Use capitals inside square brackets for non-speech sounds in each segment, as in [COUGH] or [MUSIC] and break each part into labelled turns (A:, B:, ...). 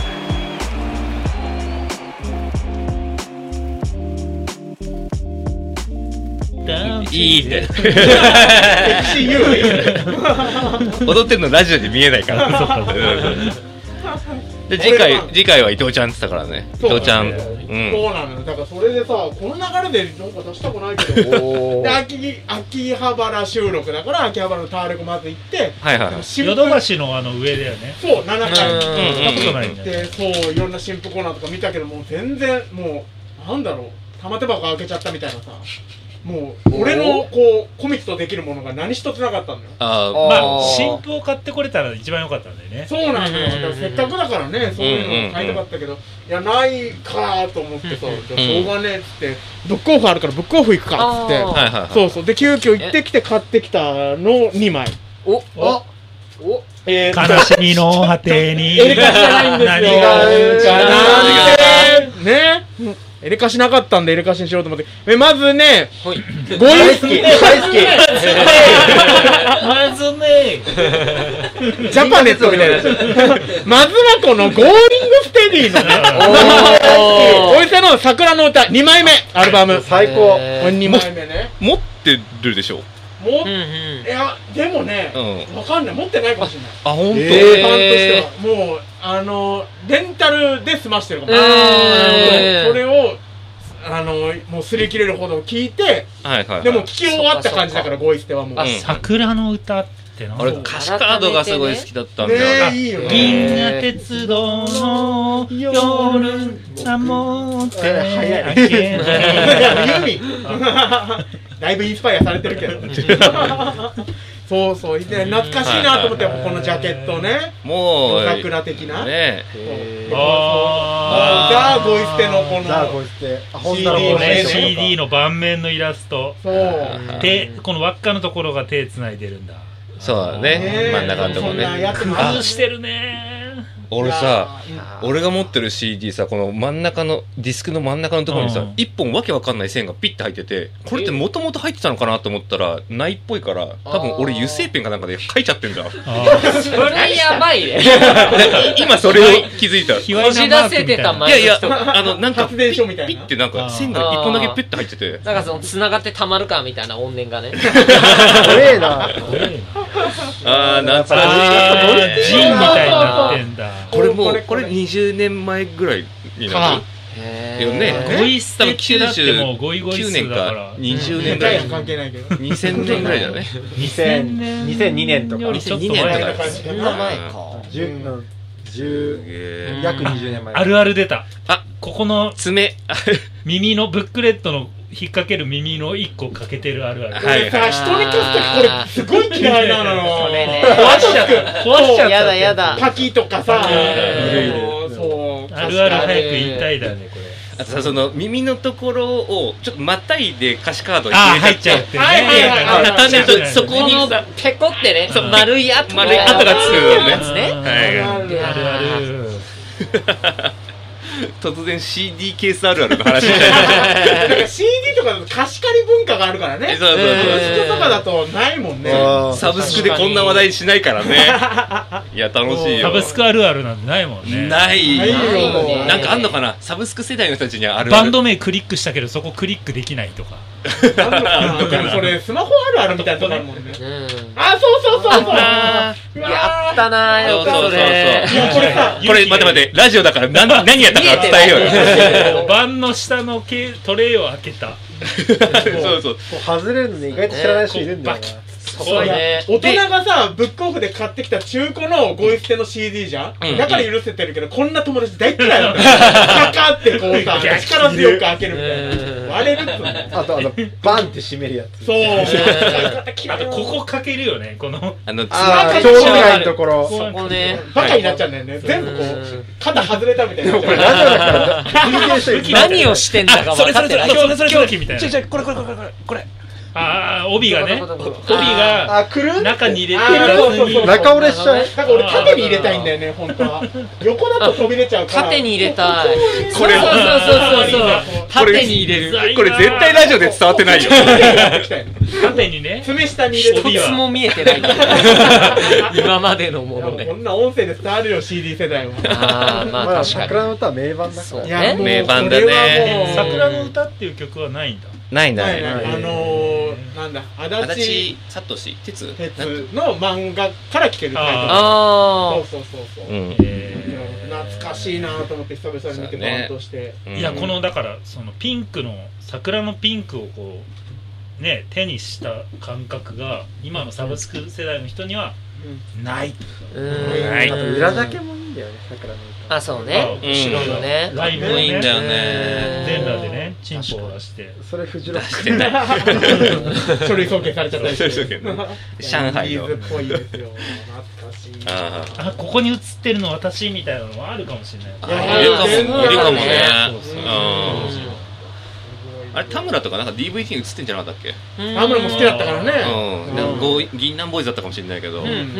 A: [LAUGHS] Hey.
B: いいね。 [LAUGHS] 踊ってるのラジオで見えないから。で、次
C: 俺
B: 回
C: は、
B: 次回は伊藤ちゃんって言ってたからね。伊藤ちゃん。う
C: そ
B: ん。
C: うなのよだからそれでさこの流れでなんか出したくないけどで秋秋葉原収録だから秋葉原のタワレコまず行って
B: はいはいはい。
D: [LAUGHS]
C: 新
D: ヨ
C: 聞
D: ドバシのあの上だよね。
C: そう7
B: う
C: 回
B: ん
D: 行ったことないんだよ
C: でそういろんな新婦コーナーとか見たけどもう全然もうなんだろう玉手箱開けちゃったみたいなさもう俺のこうコミットできるものが何一つなかったのよ
B: あ
D: ま
B: ーまあ、
D: あ、新婦を買ってこれたら一番良かったんだよね。
C: そうなんだよだからせっかくだからねそういうのを買いたかったけどいやないかと思ってさじゃあしょうがねえっつってブックオフあるからブックオフ行くかっつって
E: あー
B: はいはいはい。
C: そうそうで急遽行ってきて買ってきたの2枚
E: お
D: お
E: お
C: えーっと
D: 悲しみの果てに。
C: エレカシじゃないんですよ。
D: 何が
E: 違うか
C: なんてね。エレカシなかったんでエレカシにしようと思って。えまずね、
E: はい
C: ご
E: 大
C: 意
E: 好
C: 識
E: き大好き
D: まずね。
C: ジャパネットみたいなやつ。まずはこのゴーリングステディのね、
E: おー
C: お店の桜の歌2枚目、アルバム。
F: 最高
E: えー
C: 2枚目ね。
B: 持ってるでしょ。
C: も
E: うんう
C: い
E: ん
C: や、でもね
B: う、
C: わかんない。持ってないかもしれない。
B: あ、
C: [LAUGHS]
B: ほんと
F: え
C: ファンとしては。もう、あの、レンタルで済ましてるかもしれない。
E: えー
C: それを、あの、もう擦り切れるほど聞いて、
B: はいはいはい。
C: でも聞き終わった感じだから、ゴイステはもう。
E: あ
C: ね
B: うん
D: 桜の歌っての。
B: 俺、歌詞カードがすごい好きだったんだよな。
C: え、いいよね。
D: 銀河鉄道の夜さもってあげない
C: ユーミン [LAUGHS] だいぶインスパイアされてるけど。そうそう、いて懐かしいなと思って、やっぱこのジャケットね。
B: もう、
C: 桜的な。
B: ね
C: そう
D: あ
C: ザ・ゴイステのこ
F: ザ・ゴ
C: の。
F: イステあ
C: 本
F: 本
C: 当だ
F: だ
C: ろ
D: ー
C: うね
D: ね CD の盤面のイラスト
C: そう。
D: でこの輪っかのところが手繋いでるんだ
B: そうだね。
C: ねえ
B: 真ん中のとこ
C: そんな
B: ね
C: や。つもある
D: 外してるね
B: 俺
C: いや
B: さ、俺が持ってる CD さこの真ん中のディスクの真ん中のところに
D: う
B: さ
D: ん
B: 一本わけわかんない線がピッて入っててこれってもともと入ってたのかなと思ったらないっぽいから多分俺
E: あー
B: 油性ペンかなんかで書いちゃってんだなんか
E: それやばいね
B: 今それを気づいたい
D: 卑
E: こ
D: 猥
E: じ
D: なマーク
E: 出せ
D: み
E: て
D: た
E: た
D: いな
E: 前
B: やいや
E: の人が
B: あのなんか
C: 発電所みたいな
B: ピッてなんか
D: あー
B: 線が一本だけピッて入ってて
E: なんかその繋がってたまるかみたいな怨念がね
F: えな
B: ああ懐かしい
D: あージンみたいになってんだ
B: これも
C: こ
B: う
C: れこ
B: こ
C: れ
B: れ20年前ぐらいになるよね
D: ゴイステってだってもうゴイゴイ
B: 99
D: ス
B: 年
D: だか
B: から20年ぐら
C: ダイ
B: い
C: ヤ関係ないけど。
B: 2000年ぐらいだね
F: 2000 2002年とか
D: よりちょっと前
B: 2002年
D: だ
B: とかです
C: そ
F: そ
C: ん
F: ん
C: な
F: な
C: 前
F: 前
B: か
F: か
B: す
F: 10
B: げえ
F: 約20年前
D: あるある出た
B: あ
D: ここの
B: 爪あ
D: 耳のブックレットの引っ掛ける耳の一個欠けてるあるある。
B: は
C: 俺
B: い
C: さ、人に消すときこれすごい嫌いなのよ。
E: それね
C: 壊しちゃった。壊しちゃ
E: やだやだ
C: パキとかさ、
B: うん
C: そうそう。
D: あるある早く言いたいだねこれ。
B: あとさその耳のところをちょっとまたいで歌詞カードに
D: あー
B: 入
D: 入
B: れ
D: っちゃう
B: て
D: って
C: はいはいはいはい
D: ね。
B: 畳んでるとそこにさ
E: ペコってね
D: そう
E: 丸い跡
B: 丸い跡がつくよね
E: やつね
B: はい
C: ある
D: あるある。
B: [LAUGHS] 突然 CD ケースあるあるの話みたいな
C: [LAUGHS] だから CD とかだと貸し借り文化があるからね。
B: そうそうそう
C: ディスクとかだとないもんね。
F: あー
B: サブスクでこんな話題しないからね
D: [LAUGHS]
B: いや楽しいよ
D: サブスクあるあるなんてないもんね。
B: ない
C: ない
E: ない
C: よ
E: ね。
B: なんかあんのかなサブスク世代の人たちにはあるあ
D: バン
B: る
D: ド名クリックしたけどそこクリックできないと
E: [LAUGHS]
D: か。
C: あるのかなそれスマホあるあるみたいなとこあるもんね。
E: うん
C: あ、そうそうそうそう。
B: あ
C: うわー
E: やったなー
B: そ
E: よ
B: うそうそう
E: それ
C: いやこれさ、
B: これ待って待ってラジオだから何何やったか伝えよう
E: 見えて
B: よ
D: バンの下のけトレイを開けた。
B: [LAUGHS] そうそう
F: こう外れるのに意外と知らない人いるんだよ
D: こう
F: な
E: そうね
C: 大人がさ、ブックオフで買ってきた中古のゴイ捨ての CD じゃん、
B: うん
C: だから許せてるけど、こんな友達大嫌い
E: [LAUGHS]
C: なの。カカってこうさ、力強く開けるみたいな。割れるっつうの。
F: あとあのバンって閉めるやつ
C: そう。
D: あとここかけるよねこ
F: [LAUGHS]
D: の。
B: あのつ
F: あ
E: あ
F: あ
E: ー
F: 町外のところ
E: そこね
C: バカになっちゃうんだよね。全部こ
E: うん
C: う、肩外れたみたいになっちゃう。
F: ラジオだから聞いてる人いる
E: 何をしてんだか
D: あそ
E: 分
D: れそ
E: か
D: れ
E: って
D: それ
E: ない
D: それそれそれみたいな。
B: これこれこれこれこれ
D: ああ、帯がね、
E: どこどこどこ
D: 帯が
F: あ、来る
D: 中に入れて、
C: あー
D: 雑
C: そうそう
D: に
C: そう
F: 中折れしちゃう。
C: なんか俺縦に入れたいんだよね本当は横だと飛び出ちゃうから
E: 縦に入れたい。
B: これ
E: そうそうそうそうそう。縦に入れる。
D: る
B: これ絶対ラジオで伝わってないよ。
D: 縦にね、
C: 爪下に入れ
D: 帯
C: て
D: は
E: 一つも見えてない。
D: [LAUGHS]
E: 今までのもの
C: こ
E: で。
C: んな音声で伝わるよ CD 世代は
E: ああ、
F: ま
E: まあ
F: だ
E: 確
F: 桜
E: か
F: の歌は名盤だか
E: そう
F: ら。
E: ね
C: いやもう
B: 名盤だね
C: これはもう
D: 桜の歌っていう曲はないんだ。
B: ないな
C: はいい
B: な。
C: はいいあのーなんだ足立
B: 足立さとし、鉄
C: 鉄
B: なん
C: の漫画から来てるタイト
E: に。
C: ルそ
E: あ
C: うそうそうそう
B: う
C: い
B: ん。
C: や懐かしいなと思って久々に見
B: そ
C: て
B: うだね
C: バンとして
D: いやこのだからそのピンクの桜のピンクをこうね手にした感覚が今のサブスク世代の人にはない、
E: あ。う
B: は
F: あと
E: ーん。
F: 裏だけもいいんだよね、桜の歌。
E: あ、そうね。
D: 後ろの
E: ね
D: ライブ
B: も
D: の
B: ういいんだ
D: ね
B: よ
E: うん
B: ね。
D: 全裸でねチンポを出して
F: それ、フジロック。
B: 出ない。 [LAUGHS]
C: 書類送検されちゃったりして
B: 書類送検上海の
C: インディーズっぽいですよ懐かしい
B: あ
D: あここに映ってるの私みたいなのもあるかもしれない
B: あ
C: や
B: いるかも、
C: 全然。
B: いるかもね
E: そう
B: うん
C: うん
B: あれ、田村とかなんか DVD に映ってんじゃなかったっけ
C: 田村も好きだったからね
B: うん。なんかゴー銀杏ボーイズだったかもしれないけど
E: う、んうん。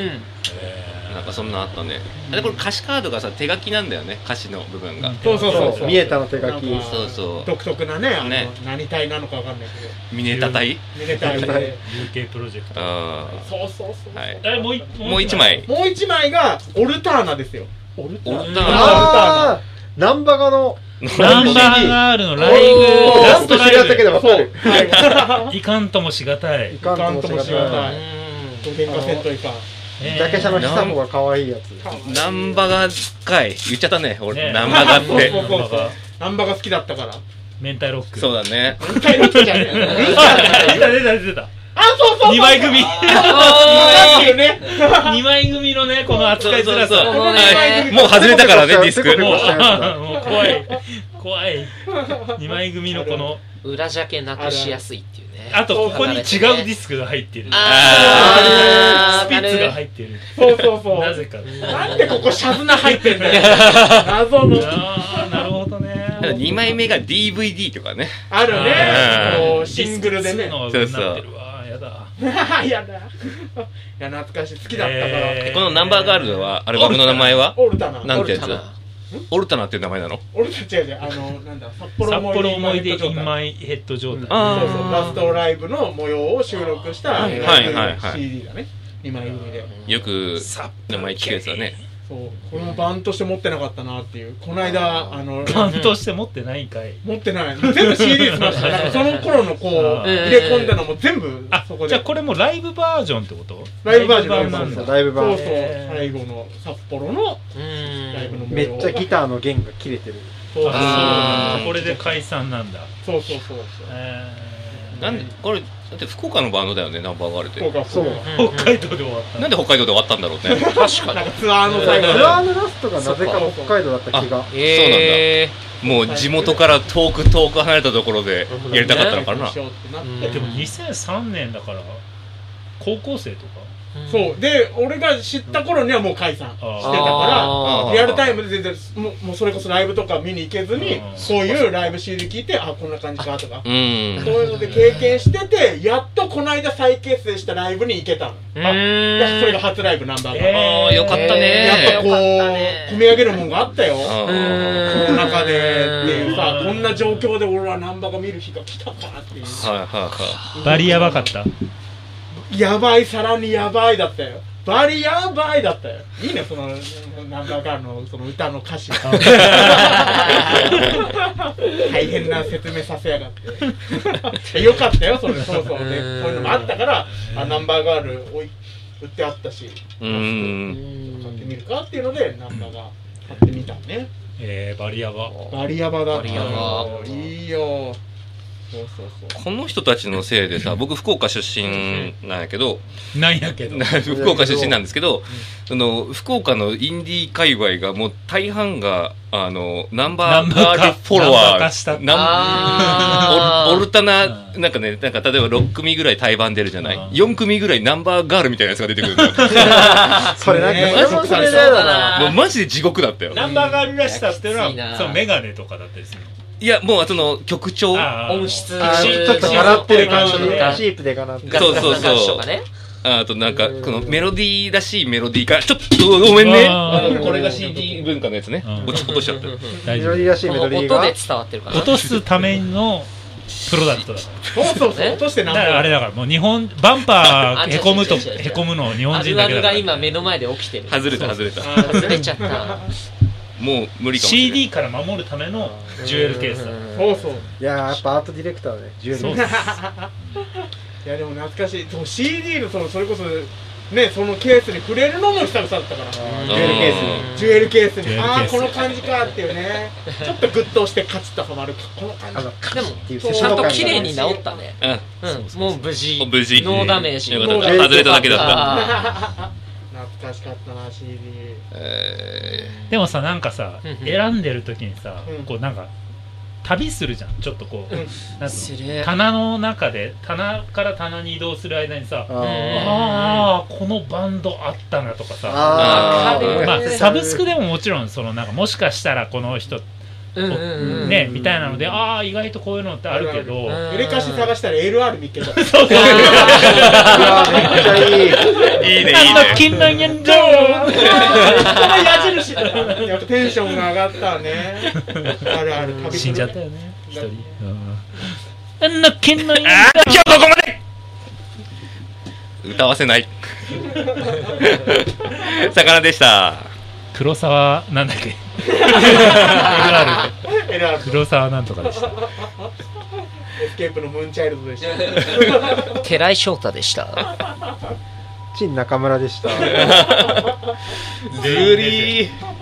B: なんかそんなあったね。あれ、これ歌詞カードがさ、手書きなんだよね、歌詞の部分が。
C: そうそうそう
F: そう、見えたの手書
C: なん
F: き。
C: か
B: そうそう
C: 独特なねあの
B: ね
C: 何体なのかわかんないけ
B: ミネタ隊
C: どめでたいね
D: UK プロジェク
B: うん。
D: ト
B: は
C: そうそうそう
B: い。
D: あれもうい
B: もう一枚。
C: もう一枚がオルターナですよオル
B: オルタ
C: ナ
F: あー、ナンバガの、
D: ナンバーガールのライブ
E: おー
D: ラ
F: な
D: ス
F: んと
D: ト
F: 知
D: ラ
F: り合ったけ
D: イ
F: ど分かる。
D: ブいかんともしがたい
F: い
D: ね
F: かんともしが
E: う
F: たい。
E: ん
C: ドゲンカセットイカ
D: え
F: ジャケ写の久子が可愛いやつ。
B: ナンバガかい。言っちゃったね、俺。
D: ね
B: ナンバガっ
C: [LAUGHS] そう
B: て
C: そ。うそ
D: ナ
C: う
D: ンバが
C: ナンバが好きだったから
D: 明太ロック
B: そう
D: だ
B: だね。
C: 何体好きじゃねえよ
D: 出た出た出た
C: あそうそうそう
D: 2枚組
C: なんていうね [LAUGHS]
D: 2枚組のねこの扱いづらさ
E: そうそうそう
B: はいもう外れたからね、ディスク。
D: もう
F: そう
D: あーもう怖
C: [LAUGHS]
D: い怖い2枚組のこの
E: 裏ジャケなくしやすいっていうね。
D: あとここに違うディ
E: ス。
D: スクが入ってる
E: あー
D: スピッツが入ってる
C: そうそうそう
D: なぜか
C: なんでここシャズナ入ってんだよ謎の
D: あーなるほどね
B: 2枚目が DVD とかね。
C: あるね
B: うん
C: こうシングルで
D: デ
C: ね
D: ィスク2のなってるわやだ
C: [LAUGHS] やだいや懐かしい好きだったから、
D: え
B: このナンバーガールドは、アルバムの名前は
C: オルタナ
B: なんてやつ
E: オルタナ
B: オルタナっていう名前なの
C: 俺たち違う違うあのなんだ札
D: 札
C: 幌
D: 幌思い出
C: イ
D: in マイヘッド状態
B: あ
C: そう
B: う
C: そ
B: ん
C: うラストライブの模様を収録した
B: はいはいはいはい
C: CD だね2枚組で
B: よく
D: 札幌
B: 名前聞くやつだね。
C: そうこれもバンとして持ってなかったなっていうこの間あの
D: バンとして持ってないんかい
C: 持ってない全部 CD しまし
B: [LAUGHS]
C: たなんかその頃のこう
D: あー
C: 入れ込んだのも全部
D: あ
C: そこ
D: じゃあ
C: で
D: これもライブバージョンってこと
C: ライブバージョン
D: ライブ
C: ラ
D: な
C: イブバー
D: ん
C: ジ
F: そう
D: だ
F: ライブ
C: そうそう。最後
F: 版
C: の札幌の
E: う
C: ライブの
E: ん。
C: 模
F: め
C: 様
F: っちゃギターの弦が切れてる。
C: そうそう
B: あー
D: これで解散なんだ
C: そうそうそうそう
D: えー
B: なんで、これ、だって福岡のバンドだよね、ナンバーガールっ
C: そう
B: て。
C: かそうか
E: うん
D: 北海道で終わった
B: なんで北海道で終わったんだろう
E: [LAUGHS]
B: ね。
C: なんかツアーの最後
F: ツアーのラストがなぜか北海道だった気が。
E: ええ。
B: もう地元から遠く遠く離れたところでやりたかったのかな。
C: しようってなって
E: うん
D: でも2003年だから高校生とか
C: そうで俺が知った頃にはもう解散してた
D: あー
C: か
B: あー
C: らリアルタイムで全然もうもうそれこそライブとか見に行けずに
D: うん
C: そういうライブ CD 聞いてあこんな感じかとか
B: う。ん
C: そう。いうので経験しててやっとこの間再結成したライブに行けたのあ
E: うん
C: それが初ライブナンバー
D: え
C: が
B: ああ、よかった
C: やっぱ
B: ね。
C: こう
E: よかったね
C: 込み上げるもんがあったよ
B: あ
E: う
B: ー
E: ん
C: この中でっていうさ
D: うん
C: こんな状況で俺はナンバーが見る日が来たかっていう
B: はいはいは
D: バリやばかった
C: やばいさらにやばいだったよバリやばいだったよいいねそのナンバーガールのその歌の歌詞大変な説明させやがってよかったよそれそうそうねこういうのもあったからあナンバーガールおい売ってあったし
B: い。うん。
C: 買ってみるかっていうのでナンバーが買ってみたね
D: えー、バリヤバ
C: バリヤバだった
E: バリヤ
C: よ
E: バ
C: いいよそうそうそう
B: この人たちのせいでさ、僕福岡出身なんやけど、
D: なんやけど
B: [LAUGHS] 福岡出身なんですけど、その福岡のインディー界隈がもう大半があのナンバーガールフォロ
D: ナンバー
B: ワ
D: 化した
B: ーナンオルオルタナなんかねなんか例えば6組ぐらい対バン出るじゃない
D: うん
B: 4組ぐらいナンバーガールみたいなやつが出てくる
D: [LAUGHS]
B: のよ
F: それなん
C: ね
F: か、それもそれだよな。
B: もうマジで地獄だったよ
D: ナンバーガールらしさっていうの
E: いやきつい
D: は
E: な
D: そうメガネとかだったりする
B: いや、もう、その、曲調。あ
D: あー
E: 音質
D: あの
F: あ
E: シ
F: ー
E: ー
F: ちょっとガラってる感じ
E: シー
F: の
E: プ
F: ね
E: が
F: シープでガラって
E: ガ
B: そ
E: ッ
B: う
E: ガ
B: そうそう
E: ッガッショーがね
B: あと、なんか、このメロディーらしいメロディーから、ちょっと、ごめんね。
D: あ
B: あ
D: ー
B: のこれが CD 文化のやつね
D: うん。
B: 落ち落としちゃった。
D: 大
F: メ
D: 丈
F: ロディーらしいメロディー
E: この音
F: が
E: で伝わってるかな
D: 夫落とすためのプロダクトだか
C: そうそうそう、落としてな
D: ら
C: ん
D: だからあれだからもう日本バンパーへこむと
E: あ違う違う違う違う
D: へこむの日本
E: あ
D: 人
E: るあ
D: だけだ
E: る
D: か
E: が
D: ら
E: 今目の前で起きてる
B: 外れた、外れた。
E: 外れちゃった
B: もう、無理かもしれない。
D: CD から守るためのジュエルケースだ
C: そうそう。
F: いやーやっぱアートディレクターだね10
D: そう
F: 年
D: で
E: [LAUGHS]
D: す
C: いやでも懐かしい。でも CD のそのそれこそねそのケースに触れるのも久々だったから。
F: あージュエルケースに
C: ジュエルケース
D: ジュエルケース
C: に、ああ、この感じかっていうね、ちょっとグッと押して、カチッとはまる、この感
F: あ
C: じ
F: の、カ
E: でも
F: チッっていう
C: ち
E: ちゃんと
F: 感が
E: 綺麗に治ったね
B: あ、
E: うんもう無事
B: 無事
E: ノーダメージ
B: よかった
F: ノーダメージ
B: 外れただけだった。
E: あ
C: 懐かしかったな、CD。
B: え
D: でもさなんかさ
E: うんうん
D: 選んでる時にさ
C: うん
D: こうなんか旅するじゃんちょっとこう
C: う
D: なん
C: ん
D: つう
E: ー
D: の
E: すれ
D: 棚の中で棚から棚に移動する間にさ
F: あー
D: あーこのバンドあったなとかさ
F: あ
E: ー
F: ー
D: まあ、
E: ね
D: サブスク
F: で
D: でももちろんそのなんかもしかしたらこの人ね、
E: うんうんうん
D: みたいなのでああ意外とこういうのってあるけど、 [LAUGHS]
E: うん
C: 揺れかし探したら LR 見っけた。
D: そうそう
F: めっちゃい [LAUGHS] い
B: ーいいね、いい
D: あの
B: ね。
D: 金なんやんじゃ
C: こ
D: ん
C: の矢印だやっぱテンションが上がったね。あるある、旅する
D: 死んじゃったよね一人うんあの金なんやん
B: あー今日ここまで歌わせない。 [LAUGHS] 魚でした。
D: 黒沢なんだっけ
C: LR と
D: 黒沢なんとかでした
C: エスケープのムーンチャイルドでした。
E: 寺井翔太でした
F: 陳中村でした
B: ずーりー。